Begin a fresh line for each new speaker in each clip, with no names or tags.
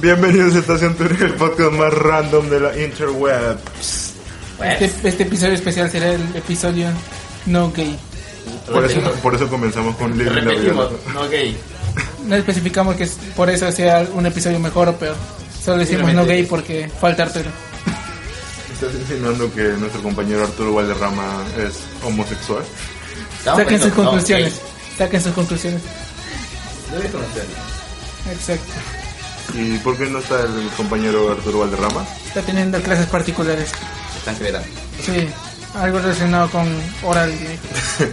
Bienvenidos a Estación Turing, el podcast más random de la interweb.
Este, este episodio especial será el episodio no gay.
Por eso, por eso comenzamos con Living la Vida.
Repetimos, no gay.
No especificamos que es- por eso sea un episodio mejor o peor. Solo decimos no gay porque falta Arturo.
¿Estás insinuando que nuestro compañero Arturo Valderrama es homosexual?
Estamos
Saquen
poniendo,
sus
no,
conclusiones. Saquen sus conclusiones.
gay. Debes conocerlo.
Exacto.
¿Y por qué no está el compañero Arturo Valderrama?
Está teniendo clases particulares.
Están creando.
Sí, algo relacionado con oral. dijo.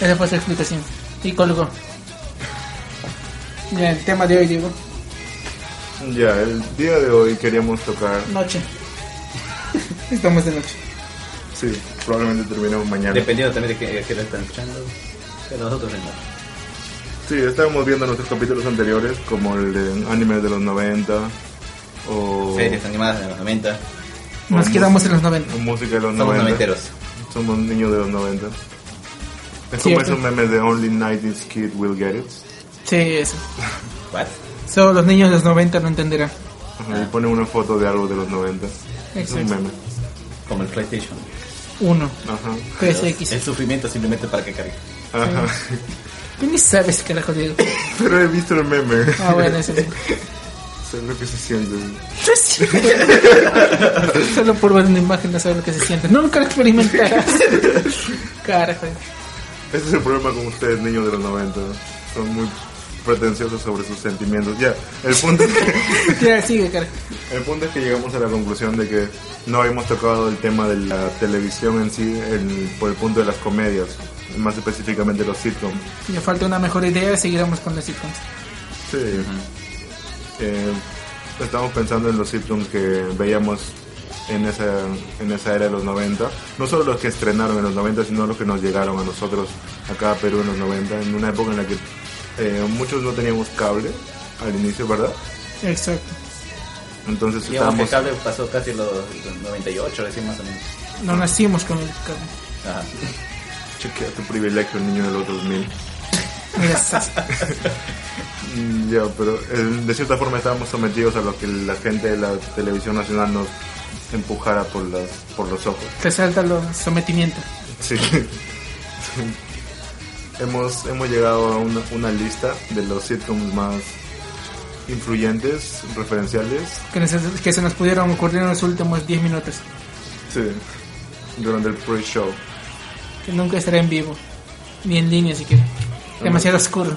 Esa fue su explicación. Y colgó. Ya, el tema de hoy, digo.
Ya, el día de hoy queríamos tocar.
Noche. Estamos de noche.
Sí, probablemente terminemos mañana.
Dependiendo también de que, de que lo están escuchando. Pero nosotros no.
Sí, estábamos viendo nuestros capítulos anteriores, como el de anime de los 90 o.
Series animadas de los 90.
Nos
Vamos.
quedamos en los 90.
o música de los
Somos
90.
noventeros.
Somos niños de los 90. Es como
Cierto.
esos memes de Only 90s Kid Will Get It.
Sí, eso.
What?
Solo los niños de los 90 no entenderán.
Ajá, Y ponen una foto de algo de los 90. Es un
Ah. Exacto.
meme.
Como el PlayStation.
Uno.
Ajá.
PSX.
El sufrimiento simplemente para que cargue.
Ajá.
Tú ni sabes qué carajo digo.
Pero he visto el meme.
Ah, bueno, eso sí.
Sé lo que se siente.
No es cierto. Solo por ver una imagen no sabes lo que se siente. Nunca lo experimentarás. Carajo.
Ese es el problema con ustedes, niños de los 90. Son muy pretenciosos sobre sus sentimientos. Ya, el punto es que...
Ya, sigue, carajo.
El punto es que llegamos a la conclusión de que no habíamos tocado el tema de la televisión en sí en- por el punto de las comedias, más específicamente los sitcoms.
Ya falta una mejor idea, seguiremos con los sitcoms.
Sí. Eh, estamos pensando en los sitcoms que veíamos en esa, en esa era de los 90. No solo los que estrenaron en los 90, sino los que nos llegaron a nosotros acá a Perú en los 90, en una época en la que eh, muchos no teníamos cable al inicio, ¿verdad?
Exacto.
Entonces
Digamos que el
estábamos...
cable pasó casi los 98, recién más o menos.
No nacimos con el cable.
Ajá.
Chequea tu privilegio, niño de los 2000.
Mira, estás-
Mm, Ya, pero eh, de cierta forma estábamos sometidos a lo que la gente de la televisión nacional nos empujara por las por los ojos.
Resalta los sometimiento.
Sí. hemos hemos llegado a una, una lista de los sitcoms más influyentes, referenciales,
Que, nos- que se nos pudieron ocurrir en los últimos 10 minutos.
sí, durante el pre-show.
Que nunca estará en vivo. Ni en línea siquiera. Demasiado oscuro.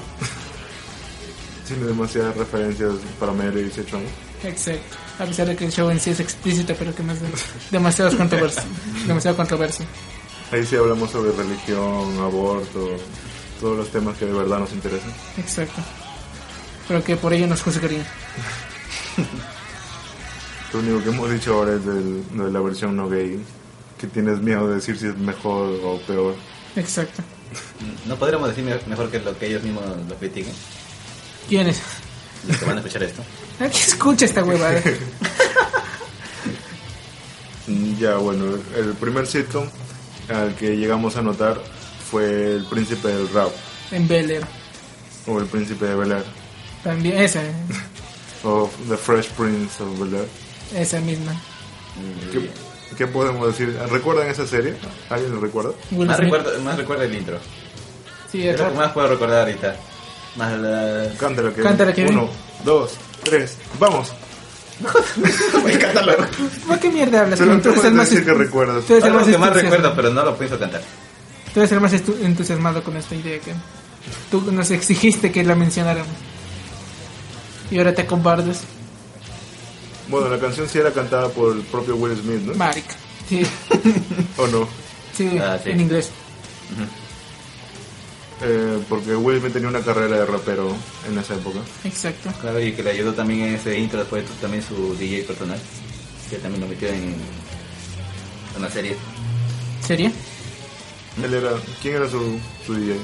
Tiene demasiadas referencias para mayores de 18 años.
Exacto. A pesar de que el show en sí es explícito, pero que no es de- demasiadas controversia. Demasiada controversia.
Ahí sí hablamos sobre religión, aborto, todos los temas que de verdad nos interesan.
Exacto. Pero que por ello nos juzgarían.
Lo único que hemos dicho ahora es del- de la versión no gay, que tienes miedo de decir si es mejor o peor.
Exacto.
No podríamos decir me- mejor que lo que ellos mismos lo critiquen.
¿Quién es?
Los que van a escuchar esto.
¿A qué escucha esta huevada?
Mm, Ya, bueno, el primer sitcom al que llegamos a notar fue El Príncipe del Rap,
En Bel Air.
o El Príncipe de Bel Air,
También esa.
o The Fresh Prince of Bel Air.
Esa misma.
¿Qué, qué podemos decir? ¿Recuerdan esa serie? ¿Alguien lo recuerda?
Will
Más
Smith.
recuerdo, más recuerdo el intro.
Sí,
Es lo
el
que
rap.
más puedo recordar ahorita. Más la...
Cántala, que
Cántala, Kevin.
Uno, dos, tres, ¡vamos!
¿Por qué mierda hablas?
Pero
tú
tú
eres el
puedes
más
decir que
estu-
recuerdas.
tú eres el
Algo
más
que más
entusiasmado.
recuerdo, pero no lo pienso cantar.
Tú eres el más estu- entusiasmado con esta idea que tú nos exigiste que la mencionáramos. Y ahora te acobardas.
Bueno, la canción sí era cantada por el propio Will Smith, ¿no?
Maric. Sí.
¿O no?
Sí,
Ah, sí.
en inglés.
Eh, porque Will Smith tenía una carrera de rapero en esa época.
Exacto.
Claro, y que le ayudó también en ese intro después también su DJ personal, que también lo metió en una serie.
¿Sería?
Él era, ¿Quién era su, su DJ?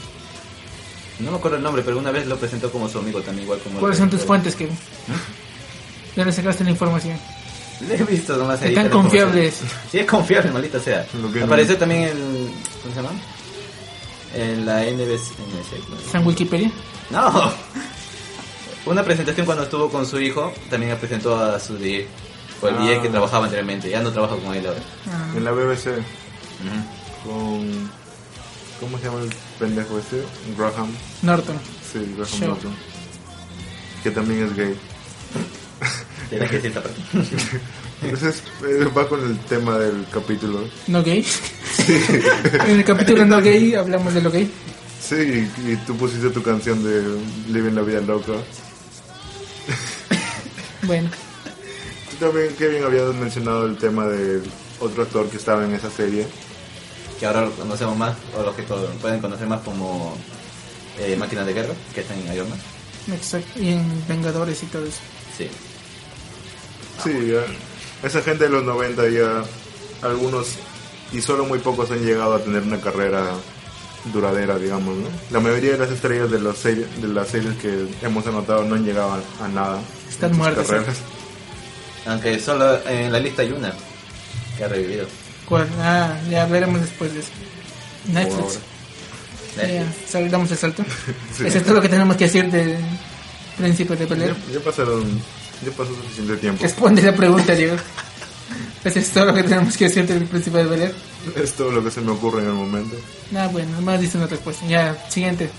No me acuerdo el nombre, pero una vez lo presentó como su amigo también, igual como...
¿Cuáles son tus fuentes, Kevin? Ya le sacaste la información.
Le he visto nomás ahí.
¿Qué tan
pero como
confiable
sea. Sí, es confiable, maldita sea.
Lo que no-
Apareció también en... ¿Cómo se llama? En la NBC... NBC,
¿Está en Wikipedia?
No. Una presentación cuando estuvo con su hijo, también presentó a su DJ. O el
Ah.
DJ que trabajaba anteriormente, ya no trabaja con él ahora.
Ah,
En la BBC, con. ¿Cómo se llama el pendejo este? Graham.
Norton.
Sí, Graham
Sure.
Norton. Que también es gay.
Tienes que decir esta parte.
Entonces eh, va con el tema del capítulo.
¿No gay? en el capítulo No gay hablamos de lo gay.
Sí, y, y tú pusiste tu canción de Living la Vida Loca.
Bueno,
Tú también, Kevin, habías mencionado el tema de otro actor que estaba en esa serie.
que ahora lo conocemos más, o los que co- pueden conocer más como eh, Máquinas de Guerra, que están en Iron Man.
exacto. Y en Vengadores y todo eso.
Sí.
Sí, ya. Esa gente de los 90 ya, algunos y solo muy pocos han llegado a tener una carrera duradera, digamos, ¿no? La mayoría de las estrellas de, las serie- de las series que hemos anotado no han llegado a, a nada.
Están
en sus
muertas, ¿eh?
carreras.
Aunque solo en la lista hay una que ha revivido.
¿Cuál? Ah, ya veremos después de eso.
Por ahora.
Netflix.
Netflix.
Ya, sal- damos el salto.
Sí.
Eso es todo lo que tenemos que decir de Príncipe de Pelea.
Ya, ya pasaron, ya pasó suficiente tiempo.
Responde la pregunta, Diego. Eso es todo lo que tenemos que decir del Príncipe de Belén.
Es todo lo que se me ocurre en el momento.
Ah, bueno, más dice una respuesta. Ya, siguiente.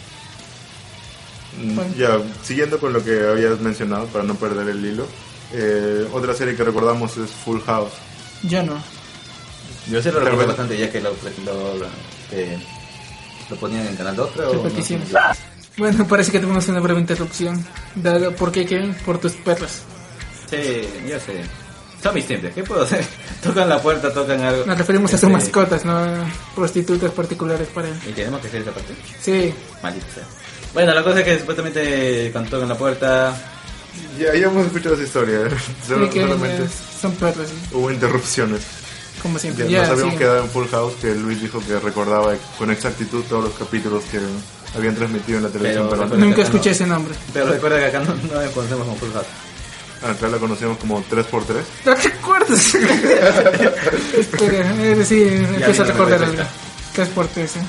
Mm,
Bueno.
Ya, siguiendo con lo que habías mencionado, para no perder el hilo, eh, otra serie que recordamos es Full House.
Yo no.
Yo sí
Pero
lo recuerdo
bueno.
bastante, ya que lo, lo, lo- eh, lo ponían en Canal 2, creo. o no sé.
Repeticiones. Bueno, parece que tuvimos una breve interrupción. Dado- ¿Por qué, Kevin? Por tus perros.
Sí, yo sé. Son mis tiempos, ¿qué puedo hacer? tocan la puerta, tocan algo.
Nos referimos a sus
Este,
mascotas, no a prostitutas particulares para él.
Y tenemos que hacer esa parte.
Sí,
Maldito sea. Bueno, la cosa es que supuestamente cuando tocan la puerta,
Ya, ya hemos escuchado esa historia,
sí
solo-
que
solamente
eh, son perros, sí,
hubo interrupciones.
como
Ya,
siempre.
nos
Ya,
habíamos
sigue.
quedado en Full House que Luis dijo que recordaba con exactitud todos los capítulos que habían transmitido en la televisión
Pero-
peruana.
Nunca escuché ese nombre.
pero recuerda que acá no, no nos conocemos con Full House.
Acá la conocemos como 3x3.
¿No te acuerdas? Espera, es decir, empiezo a
dime la
recordar algo.
respuesta.
Tres por tres, ¿eh?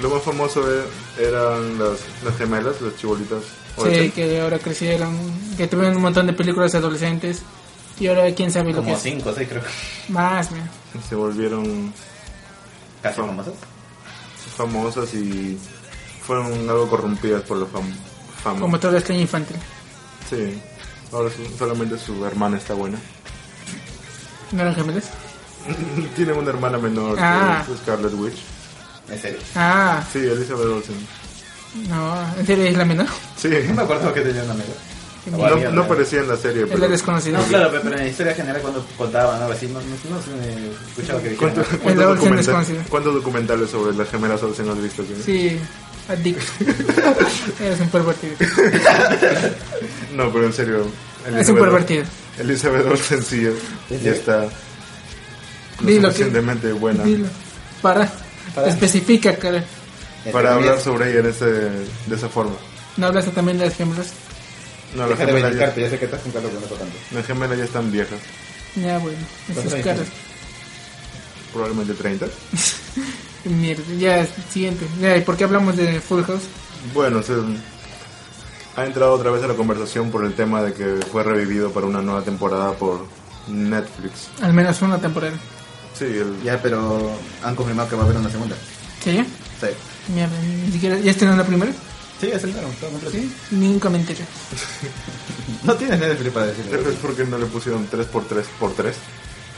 Lo más famoso e- eran las, las gemelas, las chibolitas.
Sí,
ocho.
que ahora crecieron, que tuvieron un montón de películas adolescentes y ahora quién sabe lo que
Como
es.
5 o 6 creo.
Más, ¿no?
Se volvieron
Casi
Son-
famosos.
famosas y fueron algo corrompidas por la fam fama.
como todo extraño infantil.
Sí, ahora su- solamente su hermana está buena.
¿No eran gemelas?
Tienen una hermana menor
Ah.
que es Scarlet Witch.
En serio.
Ah,
Sí, Elizabeth Olsen.
no, ¿en serio es la menor?
Sí,
No me acuerdo que tenía una amiga.
no, no parecía en la serie,
Es la
pero...
desconocida.
No, claro, pero, pero en la historia general cuando contaban algo así, no, no, no se me escuchaba que dijeran.
¿Cuántos,
nada.
cuántos
Olsen
documenta-
desconocido.
cuántos documentales sobre las gemelas Olsen has visto? Jimmy?
Sí, adicto. Eres un pervertido.
No, pero en serio.
Es un
Elizabeth-
pervertido.
Elizabeth Olsen sí, ¿eh? ya está lo
Dilo que-
suficientemente buena
Dilo. Para.
Para.
Especifica, cara.
para
Este,
hablar sobre ella en ese, de esa forma.
¿No hablaste también de las gemelas?
No, las
Deja de
gemelas, ya,
medicarte, ya sé que estás juntando con otro tanto.
las gemelas ya están viejas,
Ya, bueno, esas
Perfecto.
caras.
probablemente 30.
Mierda, ya, siguiente. Ya, ¿y por qué hablamos de Full House?
Bueno, se, ha entrado otra vez a la conversación por el tema de que fue revivido para una nueva temporada por Netflix.
Al menos una temporada.
Sí, el-
Ya, pero han confirmado que va a haber una segunda.
¿Sí?
Sí.
Mierda, ni siquiera. ¿Ya estrenó la primera?
Sí, ya salieron, todo completo.
Ni un comentario.
No tienes nada de para
Tal
decirlo.
vez porque no le pusieron 3x3x3.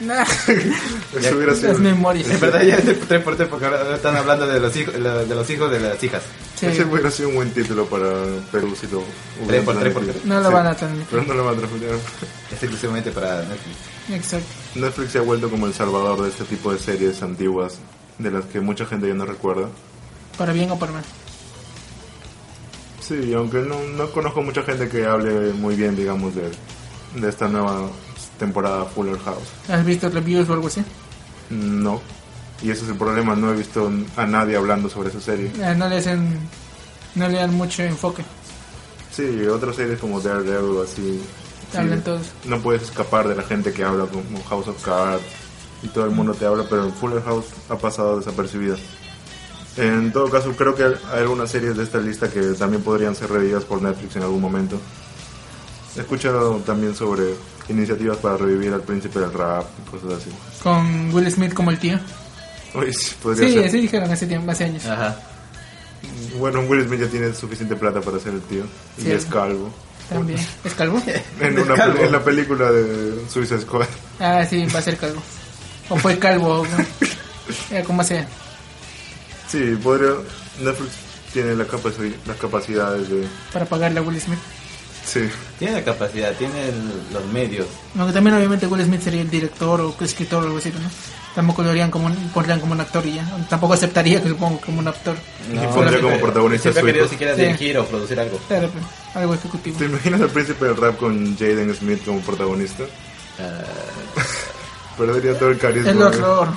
Nah,
Eso hubiera sido.
las memorias.
En verdad ya es de 3 por 3 porque ahora están hablando de los hijos la- de los hijos de las hijas.
Sí,
Ese hubiera sido un buen título para Perú si lo hubieran
Tres por tres por
transmitido.
tres.
No lo
Sí,
van a transmitir.
Pero no lo van a transmitir.
Es exclusivamente para Netflix.
Exacto.
Netflix se ha vuelto como el salvador de este tipo de series antiguas de las que mucha gente ya no recuerda.
Para bien o para mal.
Sí, y aunque no, no conozco mucha gente que hable muy bien, digamos, de, de esta nueva temporada Fuller House.
¿Has visto reviews o algo así?
No. Y ese es el problema, no he visto a nadie hablando sobre esa serie.
Ah, no le hacen. No le dan mucho enfoque.
Sí, otras series como Daredevil, así. sí,
Hablan todos.
No puedes escapar de la gente que habla como House of Cards y todo el mundo te habla, pero en Fuller House ha pasado desapercibida. En todo caso, creo que hay algunas series de esta lista que también podrían ser revividas por Netflix en algún momento. He escuchado también sobre iniciativas para revivir al príncipe del rap y cosas así.
Con Will Smith como el tío.
Uy, sí, podría
Sí,
ser. Ah.
así dijeron hace tiempo, hace años.
Ajá.
Bueno, Will Smith ya tiene suficiente plata para ser el tío.
Sí.
Y es calvo.
También. ¿Es calvo?
En, una pel- en la película de Suicide Squad.
Ah, sí, va a ser calvo. O fue calvo, ¿no? Eh, Ya, como sea.
Sí, podría. Netflix tiene la capaci- las capacidades de.
Para pagarle a Will Smith.
Sí.
Tiene la capacidad, tiene el- los medios.
Aunque también obviamente Will Smith sería el director o escritor o algo así, ¿no? Tampoco lo harían como un, pondrían como un actor y ya. Tampoco aceptaría que lo pongan como un actor.
Y pondría
siempre-
como protagonista a su
Siempre ha querido
hijo.
siquiera
Sí.
dirigir o producir algo.
Claro, pues, algo ejecutivo.
¿Te imaginas al príncipe del rap con Jaden Smith como protagonista?
Eh.
Ah,
Perdería todo el carisma.
El horror.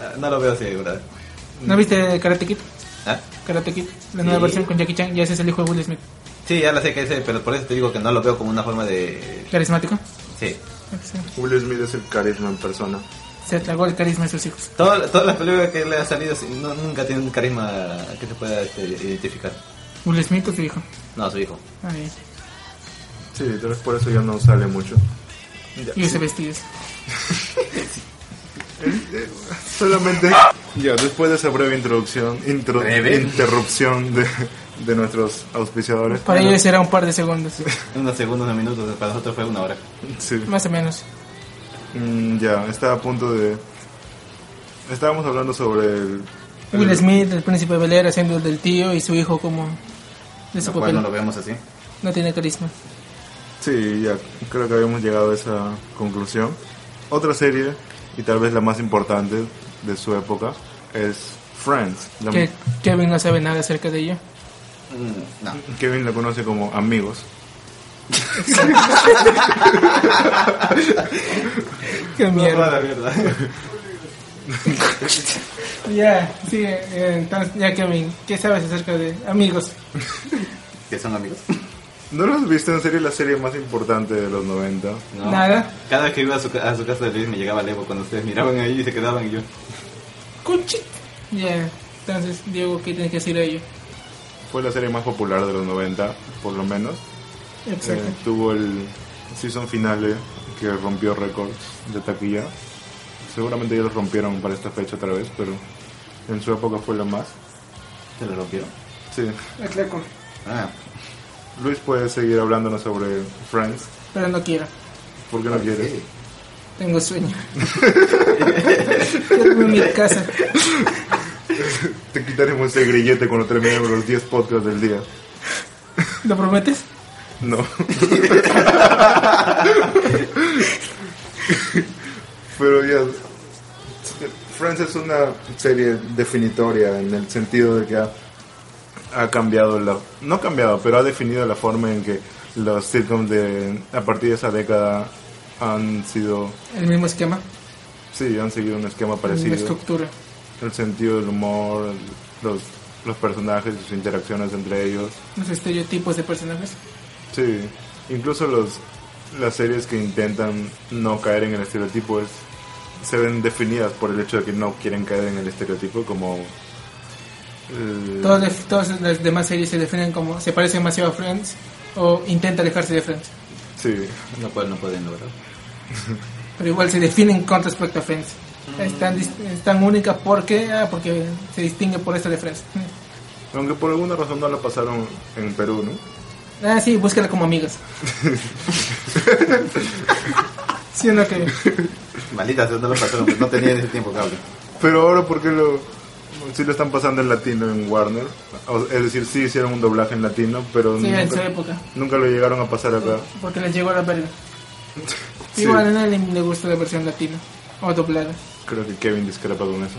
Ah, no lo veo así, ¿verdad?
¿No viste Karate Kid?
¿Ah?
Karate Kid, la nueva
Sí.
versión con Jackie Chan, ya ese es el hijo de Will Smith.
Sí, ya la sé que ese, pero por eso te digo que no lo veo como una forma de...
Carismático.
Sí.
Sí.
Will Smith es el carisma en persona.
Se tragó el carisma de sus hijos.
Toda- Todas las películas que le han salido sí, no- nunca tienen un carisma que se pueda este, identificar.
Will Smith o su hijo.
No, su hijo.
Ahí.
Sí, tal vez por eso ya no sale mucho. Ya.
Y ese vestido.
Eh, Solamente. Ya, después de esa breve introducción, intro-
Breve.
interrupción de, de nuestros auspiciadores.
Para ellos era un par de segundos,
Unos segundos, unos minutos, para nosotros fue una hora.
Sí.
más o menos.
Mm, ya, estaba a punto de. Estábamos hablando sobre el. el-
Will Smith, el príncipe de Bel Air, haciendo el del tío y su hijo como de su
Lo cual
papel.
no
No,
lo vemos así.
tiene carisma.
Sí, ya, creo que habíamos llegado a esa conclusión. Otra serie, y tal vez la más importante de su época, es Friends. La-
Que Kevin no sabe nada acerca de ello.
Mm, no.
Kevin la conoce como Amigos.
Qué
No,
mierda.
la verdad.
Ya, sí, eh, entonces, ya Kevin, ¿qué sabes acerca de amigos?
¿Que son amigos?
¿No lo has visto en serie la serie más importante de los 90?
No.
Nada.
Cada vez que iba a su, ca- a su casa de Luis me llegaba Levo cuando ustedes miraban ahí y se quedaban y yo.
Conchit. Ya, entonces, Diego, ¿qué tienes que decir a ello?
Fue la serie más popular de los 90, por lo menos.
Exacto.
Eh, tuvo el season finale que rompió récords de taquilla. Seguramente ya los rompieron para esta fecha otra vez, pero en su época fue la más.
Se lo rompieron.
Sí.
Exacto.
Ah.
Luis puede seguir hablándonos sobre Friends.
Pero no quiero.
¿Por qué no quieres?
Sí.
Tengo sueño. Duermo en mi casa.
Te quitaremos ese grillete cuando terminemos los 10 podcasts del día.
¿Lo prometes?
No. Pero ya. Friends es una serie definitoria en el sentido de que ha, ha cambiado la. No ha cambiado, pero ha definido la forma en que los sitcoms de, a partir de esa década han sido.
El mismo esquema,
Sí, han seguido un esquema
la misma
parecido.
estructura.
El sentido del humor, el- los, los personajes, sus interacciones entre ellos.
Los estereotipos de personajes.
Sí, incluso los las series que intentan no caer en el estereotipo es, se ven definidas por el hecho de que no quieren caer en el estereotipo como eh,
Todas, las- todas las demás series se definen como se parece demasiado a Friends o intenta alejarse de Friends.
sí,
Lo cual no pueden lograr.
Pero igual se definen con respecto a Friends. Es tan, dis- es tan única porque, ah, porque se distingue por esto de Friends. Mm.
aunque por alguna razón no la pasaron en Perú, ¿no?
Ah, sí, búscala como amigos. ¿Sí o no, Kevin?
Maldita sea, no lo pasaron, pues no tenían ese tiempo cable.
Pero ahora porque lo sí lo están pasando en latino en Warner, O- es decir, sí hicieron un doblaje en latino, pero
Sí, en su
nunca,
época.
nunca lo llegaron a pasar acá.
Porque les llegó la verga.
Sí.
Igual a nadie le gusta la versión latina o doblada.
Creo que Kevin discrepa con eso.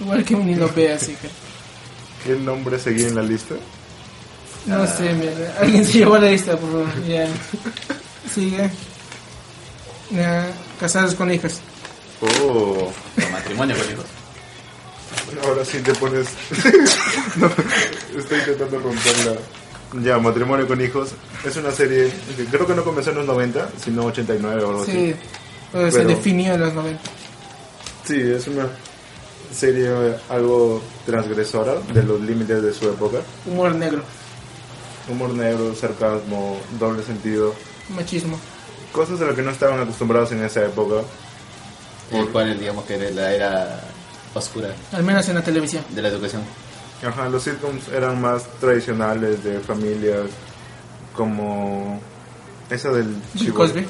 Igual que ni lo ve, así que.
¿Qué nombre seguía en la lista?
No sé, mierda. Alguien se llevó la lista, por favor. Ya. Sigue. Ah, casados con hijas.
Oh.
Pero matrimonio con hijos.
Ahora sí te pones. No, estoy intentando romperla. Ya, Matrimonio con Hijos es una serie que creo que no comenzó en los 90, sino 89 o algo
Sí.
así.
Pero se
Pero-
definió en los 90.
Sí, es una serie algo transgresora de los límites de su época.
Humor negro.
humor negro, sarcasmo, doble sentido,
Machismo.
cosas a las que no estaban acostumbrados en esa época.
El cual, digamos que era la era oscura
Al menos en la televisión.
de la educación.
Ajá, los sitcoms eran más tradicionales de familias como esa del
Bill
chibolo.
Cosby,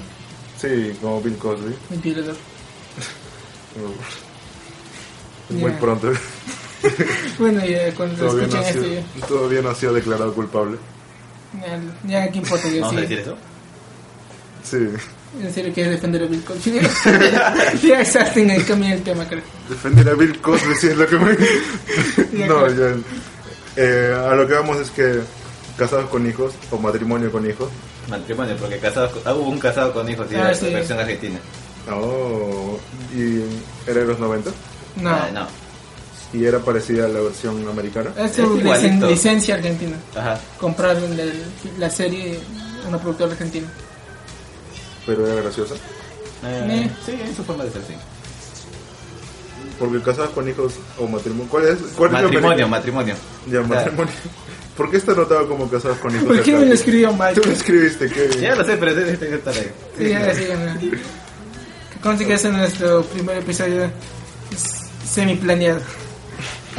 Sí, como Bill Cosby.
el violador.
Muy
Ya.
pronto.
Bueno, ya cuando
Todavía no,
escuchen
ha
esto,
sido, todavía no ha sido declarado culpable.
ya, ya, ya, qué importa, ya,
¿Vamos
sí.
a decir eso?
Sí,
En serio, quieres defender a Bill Cosby. ya, exacto, en el cambio del tema, creo.
defender a Bill Cosby sí es lo que me...
Ya,
no,
claro.
ya. Eh, a lo que vamos es que casados con hijos o matrimonio con hijos.
Matrimonio, porque casados con- ah, hubo un casado con hijos, sí,
Ah,
la
sí.
versión argentina.
Oh, y era de los 90
No,
Ah, no.
y era parecida a la versión americana.
Es
es un licen-
igualito.
licencia argentina.
Ajá.
Compraron la, la serie a una productora argentina.
pero era graciosa.
Eh, sí, es su forma de ser, sí.
Porque casados con hijos o matrimonio. ¿Cuál es? ¿Cuál es la
Matrimonio, matrimonio.
peli- Ya, matrimonio. ¿Por qué está anotado como casados con hijos?
¿Por qué
acá?
me lo escribió mal?
Tú lo escribiste,
Ya
que
lo sé, pero tienes que estar ahí.
Sí, ya, sí, ya. Que conste que ese es nuestro primer episodio s- semi-planeado.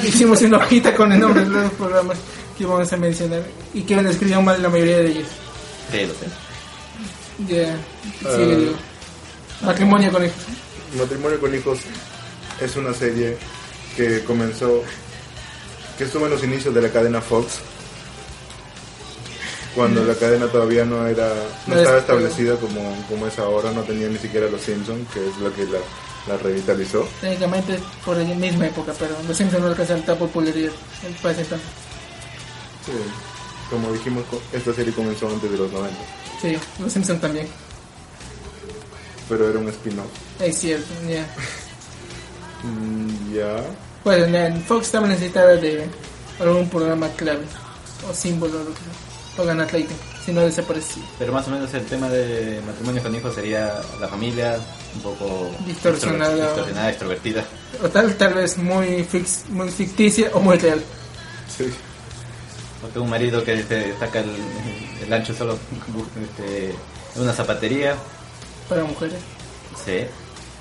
Hicimos una hojita con el nombre de los programas que vamos a mencionar y que han escrito mal la mayoría de ellos.
Sí, lo sé.
Ya,
Ah.
sigue, digo. Matrimonio con hijos.
Matrimonio con hijos es una serie que comenzó, que estuvo en los inicios de la cadena Fox, cuando la cadena todavía no era, no
No
estaba
es-
establecida como, como es ahora, no tenía ni siquiera los Simpsons, que es lo que la, la revitalizó.
Técnicamente por la misma época, pero los Simpsons no alcanzaron tanta popularidad en país entonces.
Sí. Como dijimos, co- esta serie comenzó antes de los 90,
Sí, los Simpsons también.
pero era un spin-off.
Es cierto, ya.
Mm, ya.
Bueno, ya, Fox estaba necesitada de algún programa clave o símbolo o lo que sea, para ganar rating, si no desaparecía.
Pero más o menos el tema de matrimonio con hijos sería la familia, un poco
Distorsionada.
extro- distorsionada, extrovertida.
O tal, tal vez muy, fix- muy ficticia o muy real.
Sí.
Porque un marido que te saca el, el ancho solo este, en una zapatería,
Para mujeres.
sí.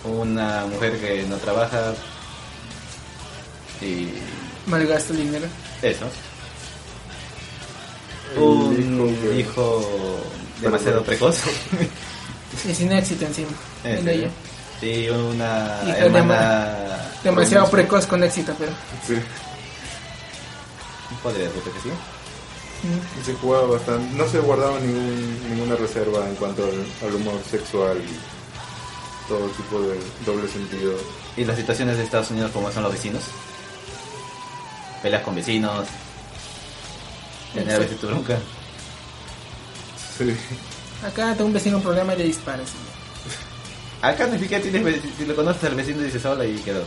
Una mujer que no trabaja y
Malgasta el dinero.
eso.
El
Un
hijo que-
Oh, hijo demasiado precoz.
Y sin éxito encima. en
Este,
ella.
Sí, una
Hija
hermana...
Demasiado precoz con éxito, pero.
Sí.
Podría decirte que sí.
mm,
Se jugaba bastante, no se guardaba ningún, ninguna reserva en cuanto al, al humor sexual y todo tipo de doble sentido.
Y las situaciones de Estados Unidos como son los vecinos. Peleas con vecinos. Tener a veces tu bronca.
Sí.
Acá tengo un vecino un problema y le disparas. y-
Acá no es que tienes ve- si lo conoces al vecino dices hola y quedó.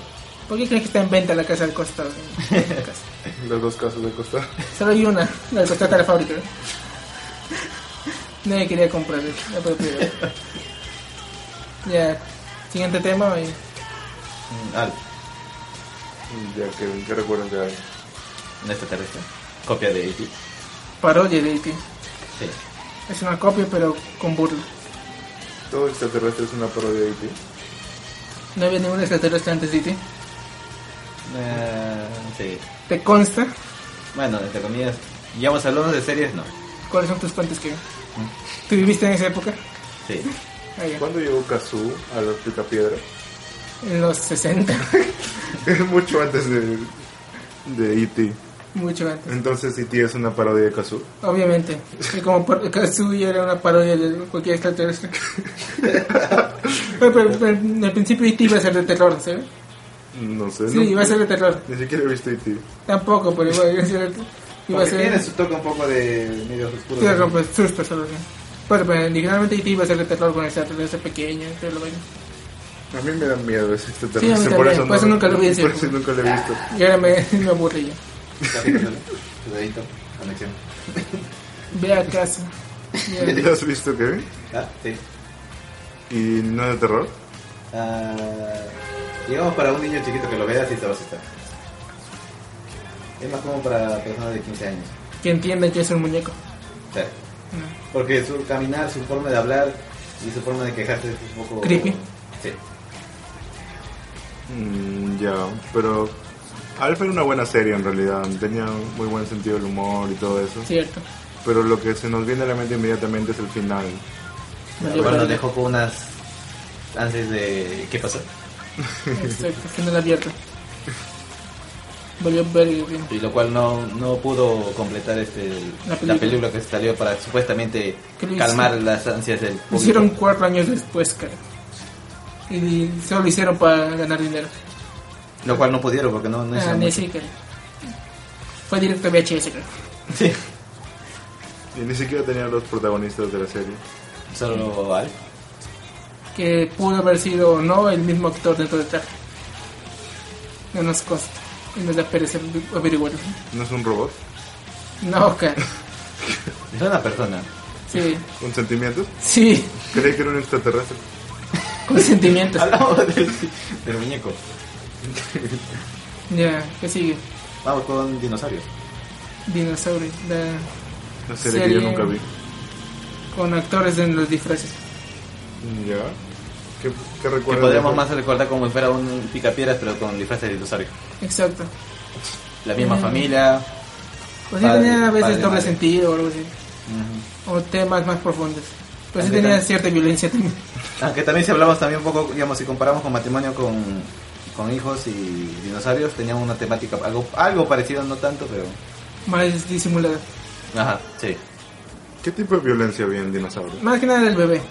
¿Por qué crees que está en venta la casa del costado?
Los dos casos de costado.
Solo hay una, la del costado de la fábrica. Nadie quería comprar la propiedad. Ya, siguiente tema. eh, y-
Mm, Al,
Ya que, que recuerdan que hay.
un extraterrestre. Copia de E.T.
Parodia de E.T.
Sí.
Es una copia, pero con burla.
Todo extraterrestre es una parodia de E E.T.
No había ningún extraterrestre antes de E E.T.
Eh, sí.
¿Te consta?
Bueno, entre comillas. Ya vamos hablando de series, no.
¿Cuáles son tus fuentes que tú viviste en esa época?
Sí.
Ah, ya.
¿Cuándo llegó Kazoo a los Picapiedra?
En los 60,
Mucho antes de, de E.T.
mucho antes.
Entonces E.T. es una parodia de Kazoo.
Obviamente, que como por- Kazuya era una parodia de cualquier extraterrestre. pero, pero- pero en el principio E.T. iba a ser de terror, ¿sabes?
No sé.
Sí,
no-
iba a ser de terror.
Ni siquiera he visto E E.T.
Tampoco, pero igual iba a ser... Iba a
Porque tiene
ser...
su toque un poco de medio oscuro.
Iba a romper sustos, solo que- Pero, pero originalmente E.T. iba a ser de terror con extraterrestre pequeño, todo lo bueno.
A mí me da miedo ese este
Sí, a mí
extraterrestre.
también, por eso nunca lo vi decir.
Por eso nunca lo he visto.
Y ahora me, me aburrí ya.
Capítulo, cuidadito, conexión.
Ve a casa. Ya.
¿Ya has visto Kevin?
Ah, sí.
¿Y no es de terror?
Ah, digamos para un niño chiquito que lo vea, sí te va a asustar. Es más como para personas de 15 años.
que entiendan que es un muñeco.
Sí. Porque su caminar, su forma de hablar y su forma de quejarse es un poco...
Creepy.
Sí.
Mm, ya, pero Alf era una buena serie en realidad, tenía muy buen sentido del humor y todo eso.
Cierto.
Pero lo que se nos viene a la mente inmediatamente es el final.
No, yo
Igual
creo
nos
que-
dejó con unas ansias de... ¿Qué pasó?
Exacto, final abierto. Volvió Berger, bien.
Y lo cual no, no pudo completar este,
La
la,
película.
película. que salió para supuestamente
¿Qué le
calmar
hicieron?
las ansias del
Lo
público.
hicieron cuatro años después, cara. Y solo lo hicieron para ganar dinero.
Lo cual no pudieron porque no, no
Ah,
hicieron
ni
mucho.
así, cara. Fue directo a VHS, cara.
Sí.
Y ni siquiera tenía los protagonistas de la serie.
Solo Al.
Que pudo haber sido o no el mismo actor dentro de traje. No nos consta. Y nos da pereza averiguarlo.
¿No es un robot?
No, cara.
Es una persona.
Sí,
¿Con sentimientos?
sí.
Creí que era un extraterrestre.
Con sentimientos.
Hablamos del, del muñeco.
Ya, ¿qué sigue?
Vamos con dinosaurios.
Dinosaurio. La...
Una serie, que yo
Serie.
nunca vi.
Con actores en los disfraces.
Ya. ¿Qué, qué
Que
recuerdas?
podríamos más recordar como si fuera un picapiedras pero con disfraz de dinosaurio.
Exacto.
La misma
Mm.
familia.
Pues sí
Padre-
tenía a veces
padre,
doble
madre.
sentido o algo así. O temas más profundos. Pues sí tenía
También.
cierta violencia también.
Aunque también si hablamos también un poco, digamos, si comparamos con matrimonio con, con hijos y dinosaurios, tenía una temática algo, algo parecido, no tanto, pero...
Más disimulada.
Ajá, sí.
¿Qué tipo de violencia había en Dinosaurio?
Más que nada el bebé.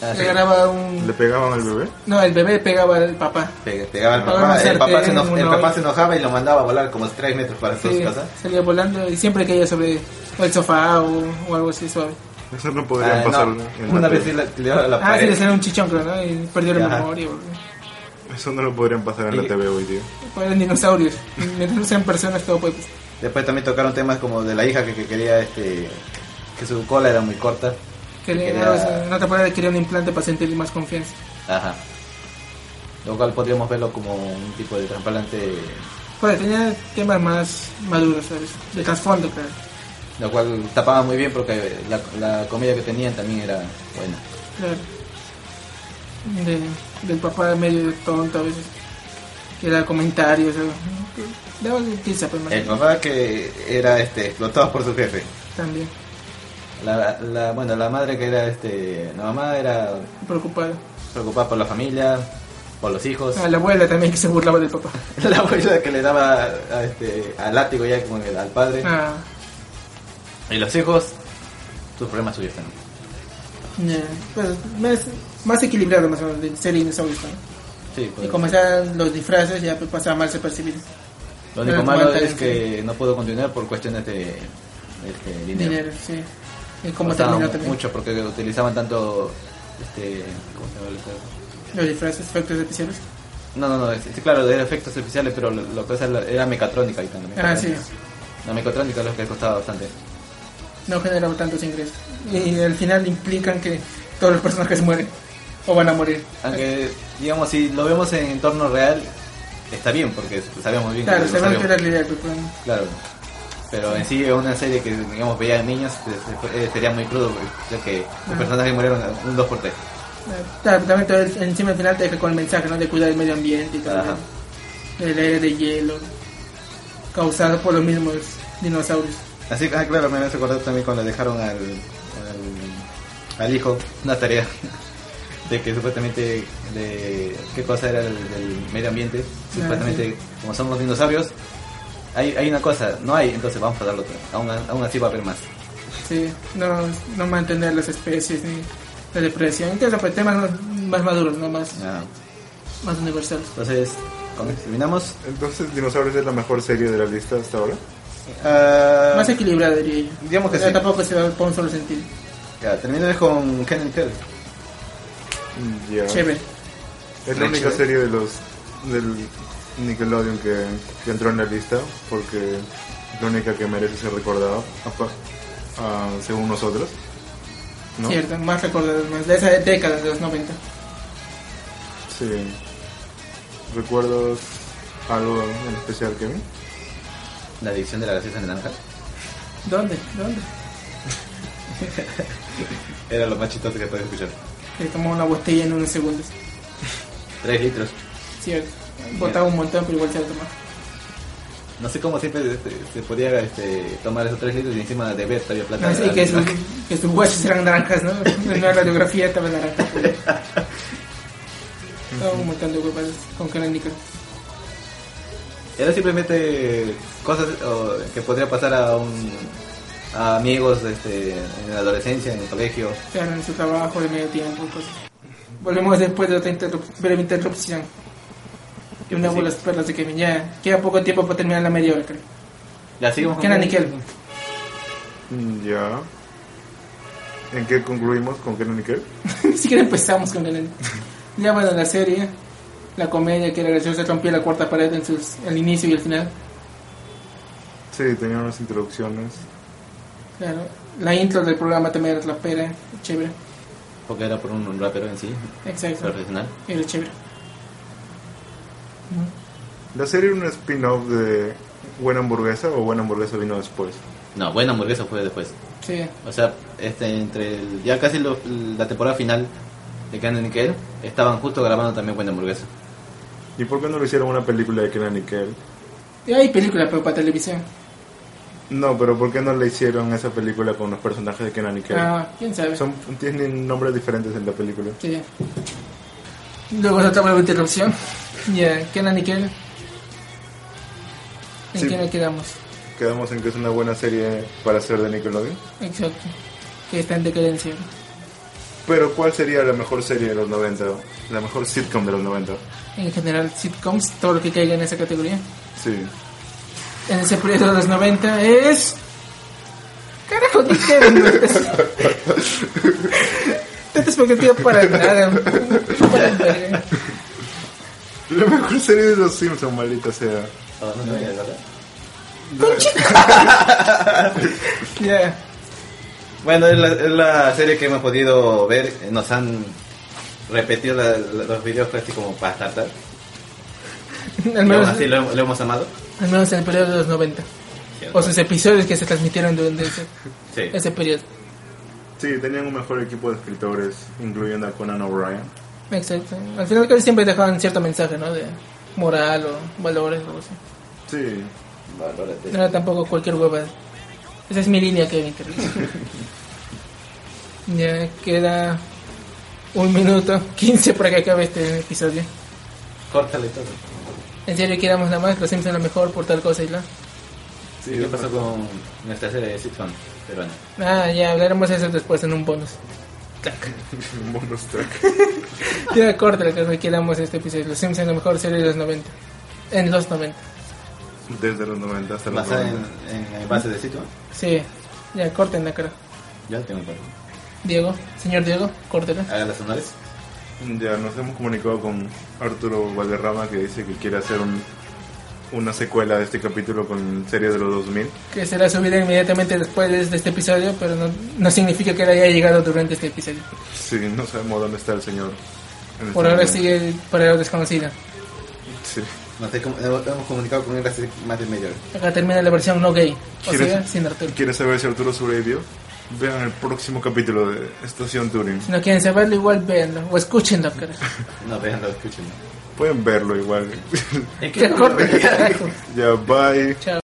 Ah, sí.
Le agarraba un...
¿Le pegaban al bebé?
No, el bebé pegaba al papá.
Pe- Pegaba al
Pegaba un
papá, el papá, se
sartén,
eno- el
una
papá
olla.
se enojaba y lo mandaba a volar como 3 metros para
Sí,
su casa.
salía volando y siempre caía sobre o el sofá o, o algo así suave.
Eso no podrían
Ah, no,
pasar en la
Una vez
tele.
sí le le dio a la
ah, sí, le
pared.
hacían un chichonclo, ¿no? Y perdió la
Ajá.
memoria. o-
Eso no lo podrían pasar en la
Y-
TV hoy día.
o Pues eran dinosaurios. Mientras no sean personas, todo puede pasar.
Después también tocaron temas como de la hija que, que quería, este, que su cola era muy corta.
Que le,
Quería-
o sea, en otra palabra, quería un implante para sentir más confianza.
Ajá. Lo cual podríamos verlo como un tipo de trasplante,
Joder, Pues, tenía temas más maduros, ¿sabes? De trasfondo, pero...
lo cual tapaba muy bien porque la, la comida que tenían también era buena.
Claro. De- del papá medio tonto a veces. Que da comentarios. o- que Daba tiza, pues, más
El papá que era este, explotado por su jefe.
También.
La, la- bueno, la madre que era, este, la mamá era
Preocupado.
preocupada por la familia, por los hijos.
A la abuela también, que se burlaba del papá.
La abuela que le daba a este, al látigo ya como el- al padre.
Ah,
Y los hijos, sus problemas suyos también.
ya. Pues, más, más equilibrado, más o menos, de serie dinosaurios. ¿no?
Sí,
Y
pues,
como estaban los disfraces, ya pues, pasaba mal se percibir
lo único
Pero
malo
aguanta,
es
sí.
que no puedo continuar por cuestiones de este, dinero.
dinero, sí. Y como
Costaban
terminó también.
mucho porque utilizaban tanto este ¿cómo se llama el otro?
Los disfraces, efectos especiales.
no no no es- sí, claro de efectos especiales pero lo, lo que es la- era mecatrónica y también
Ah, sí.
la mecatrónica es lo que costaba bastante
No generaba tantos ingresos. Y al final implican que todos los personajes mueren. O van a morir.
aunque digamos si lo vemos en entorno real está bien porque sabemos bien
Claro,
que
se
lo
van a
sabemos.
la idea. pues, bueno.
Claro. Pero en sí es una serie que, digamos, veía niños, pues, eh, sería muy crudo, pues, ya que los
Ah.
personajes murieron un 2x3.
eh, Claro, también todo el- encima al final te deja con el mensaje, ¿no? De cuidar el medio ambiente y todo.
Ajá.
¿no? El aire de hielo. Causado por los mismos dinosaurios.
Así que, ah, claro, me hace acordar también cuando le dejaron al, al, al hijo una tarea de que supuestamente, de qué cosa era el, del medio ambiente,
sí.
supuestamente, como son los dinosaurios, hay, hay una cosa, no hay, entonces vamos a dar otra, aún, aún así va a haber más.
Sí, no, no mantener las especies ni la depresión. Entonces, pues temas más- más maduros, ¿no? Más,
Ah,
más universales.
Entonces, ¿con esto terminamos?
Entonces, Dinosaurios es la mejor serie de la lista hasta ahora.
Ah,
Más equilibrado, diría yo.
Digamos que
O sea,
sí.
Tampoco se va por un solo sentido.
ya, terminamos con Ken and Kel.
Ya.
Chévere.
Es la única
Chévere.
serie de los del Nickelodeon que, que entró en la lista porque es la única que merece ser recordada apa- ah, según nosotros. ¿no?
Cierto, más recordados, más de esa década de los 90.
Sí. ¿Recuerdas algo en especial, Kevin?
La adicción de la gaseosa de naranja.
¿Dónde? ¿Dónde?
Era lo más chistoso que podía escuchar.
que tomaba una botella en unos segundos.
Tres litros.
Cierto. Botaba un montón, pero igual se la tomaba.
No sé cómo siempre este, se podía este, tomar esos tres litros y encima de ver todavía plata.
Así Ah, que, sus, que sus guachos eran naranjas, ¿no? En la radiografía estaba naranja. Estaba un montón de huevadas con caránica.
Era simplemente cosas o, que podría pasar a, un, a amigos este, en la adolescencia, en el colegio.
Estaban en su trabajo de medio tiempo, cosas. Volvemos después de otra interrup- breve interrupción. Y una de las perlas de Kevin. Ya queda poco tiempo para terminar la media hora, creo.
¿La seguimos?
¿Qué era Nickel?
Mm, Ya. ¿En qué concluimos? ¿Con qué no ni qué?
Ni siquiera empezamos con el Ya bueno, la serie, la comedia que era graciosa, rompía la cuarta pared en sus, el inicio y el final.
Sí, tenía unas introducciones.
Claro. La intro del programa también era la pera, chévere.
Porque era por un rapero en sí,
Exacto.
profesional.
Era chévere.
La serie era un spin-off de Buena Hamburguesa o Buena Hamburguesa vino después.
No, buena hamburguesa fue después.
Sí.
O sea, este, entre el- ya casi lo- la temporada final de Candy Nickel, estaban justo grabando también Buena Hamburguesa.
¿Y por qué no lo hicieron una película de Kenan Nickel?
Y hay películas, pero para televisión.
No, pero ¿por qué no le hicieron esa película con los personajes de Kenan Nickel?
Ah, quién sabe.
Son, tienen nombres diferentes en la película.
Sí. Luego otra breve interrupción. eh, Ya, ¿qué era Nickel? ¿En
Sí.
qué nos quedamos?
Quedamos en que es una buena serie para hacer de Nickelodeon.
Exacto. Que está en decadencia.
Pero ¿cuál sería la mejor serie de los 90? La mejor sitcom de los 90.
En general, sitcoms, todo lo que caiga en esa categoría.
Sí.
en ese periodo de los 90 es. Carajo, ¿qué quieres? Tanta expectativa para nada. Para nada.
La mejor serie de los Simpsons, maldita sea.
Ah, no sabía, ¿verdad?
Ya,
Bueno, es la, es la serie que hemos podido ver. eh, Nos han repetido la- la- los videos casi como para tartar.
al
Y aún
menos,
así lo, hem- lo hemos amado.
al menos en el periodo de los 90. O sus episodios que se transmitieron durante ese,
Sí.
ese periodo.
Sí, tenían un mejor equipo de escritores, incluyendo a Conan O'Brien.
Exacto. Al final casi siempre dejaban cierto mensaje, ¿no? De moral o valores o algo así.
Sí.
Valórate.
No era tampoco cualquier hueva. Esa es mi línea, Kevin. creo. ya queda un minuto, 15 para que acabe este episodio.
Córtale todo.
En serio, queramos nada más, lo Simpson lo mejor por tal cosa y la.
¿Y ¿Qué pasó con nuestra serie de sitcom peruana?
Ah, ya hablaremos eso después en un bonus. Clac.
Un bonus track.
Ya corta la cosa, quedamos este episodio. Los Simpson la mejor serie de los 90. En los 90.
Desde los 90 hasta los
Basada
90.
en, en, en bases de sitcom.
Sí, ya corten la cara.
Ya tengo cuatro.
Diego, señor Diego, córtela.
Hagan las honores.
Ya nos hemos comunicado con Arturo Valderrama que dice que quiere hacer un- una secuela de este capítulo con series de los 2000.
que será subida inmediatamente después de este episodio, pero no, no significa que haya llegado durante este episodio.
Sí, no sabemos dónde está el señor. en
Por
este
ahora
momento.
sigue para lo desconocido.
Sí.
Nos he com- hemos, hemos comunicado con él hace más de media hora.
Acá termina la versión no gay, o
¿Quieres-
sea, sin Arturo.
¿Quieres saber si Arturo sobrevivió? Vean el próximo capítulo de Estación Turing.
Si no quieren saberlo, igual véanlo, o escúchenlo, carajo.
No, veanlo, escuchen.
Pueden verlo igual.
Que corte, carajo.
ya, bye.
Chao.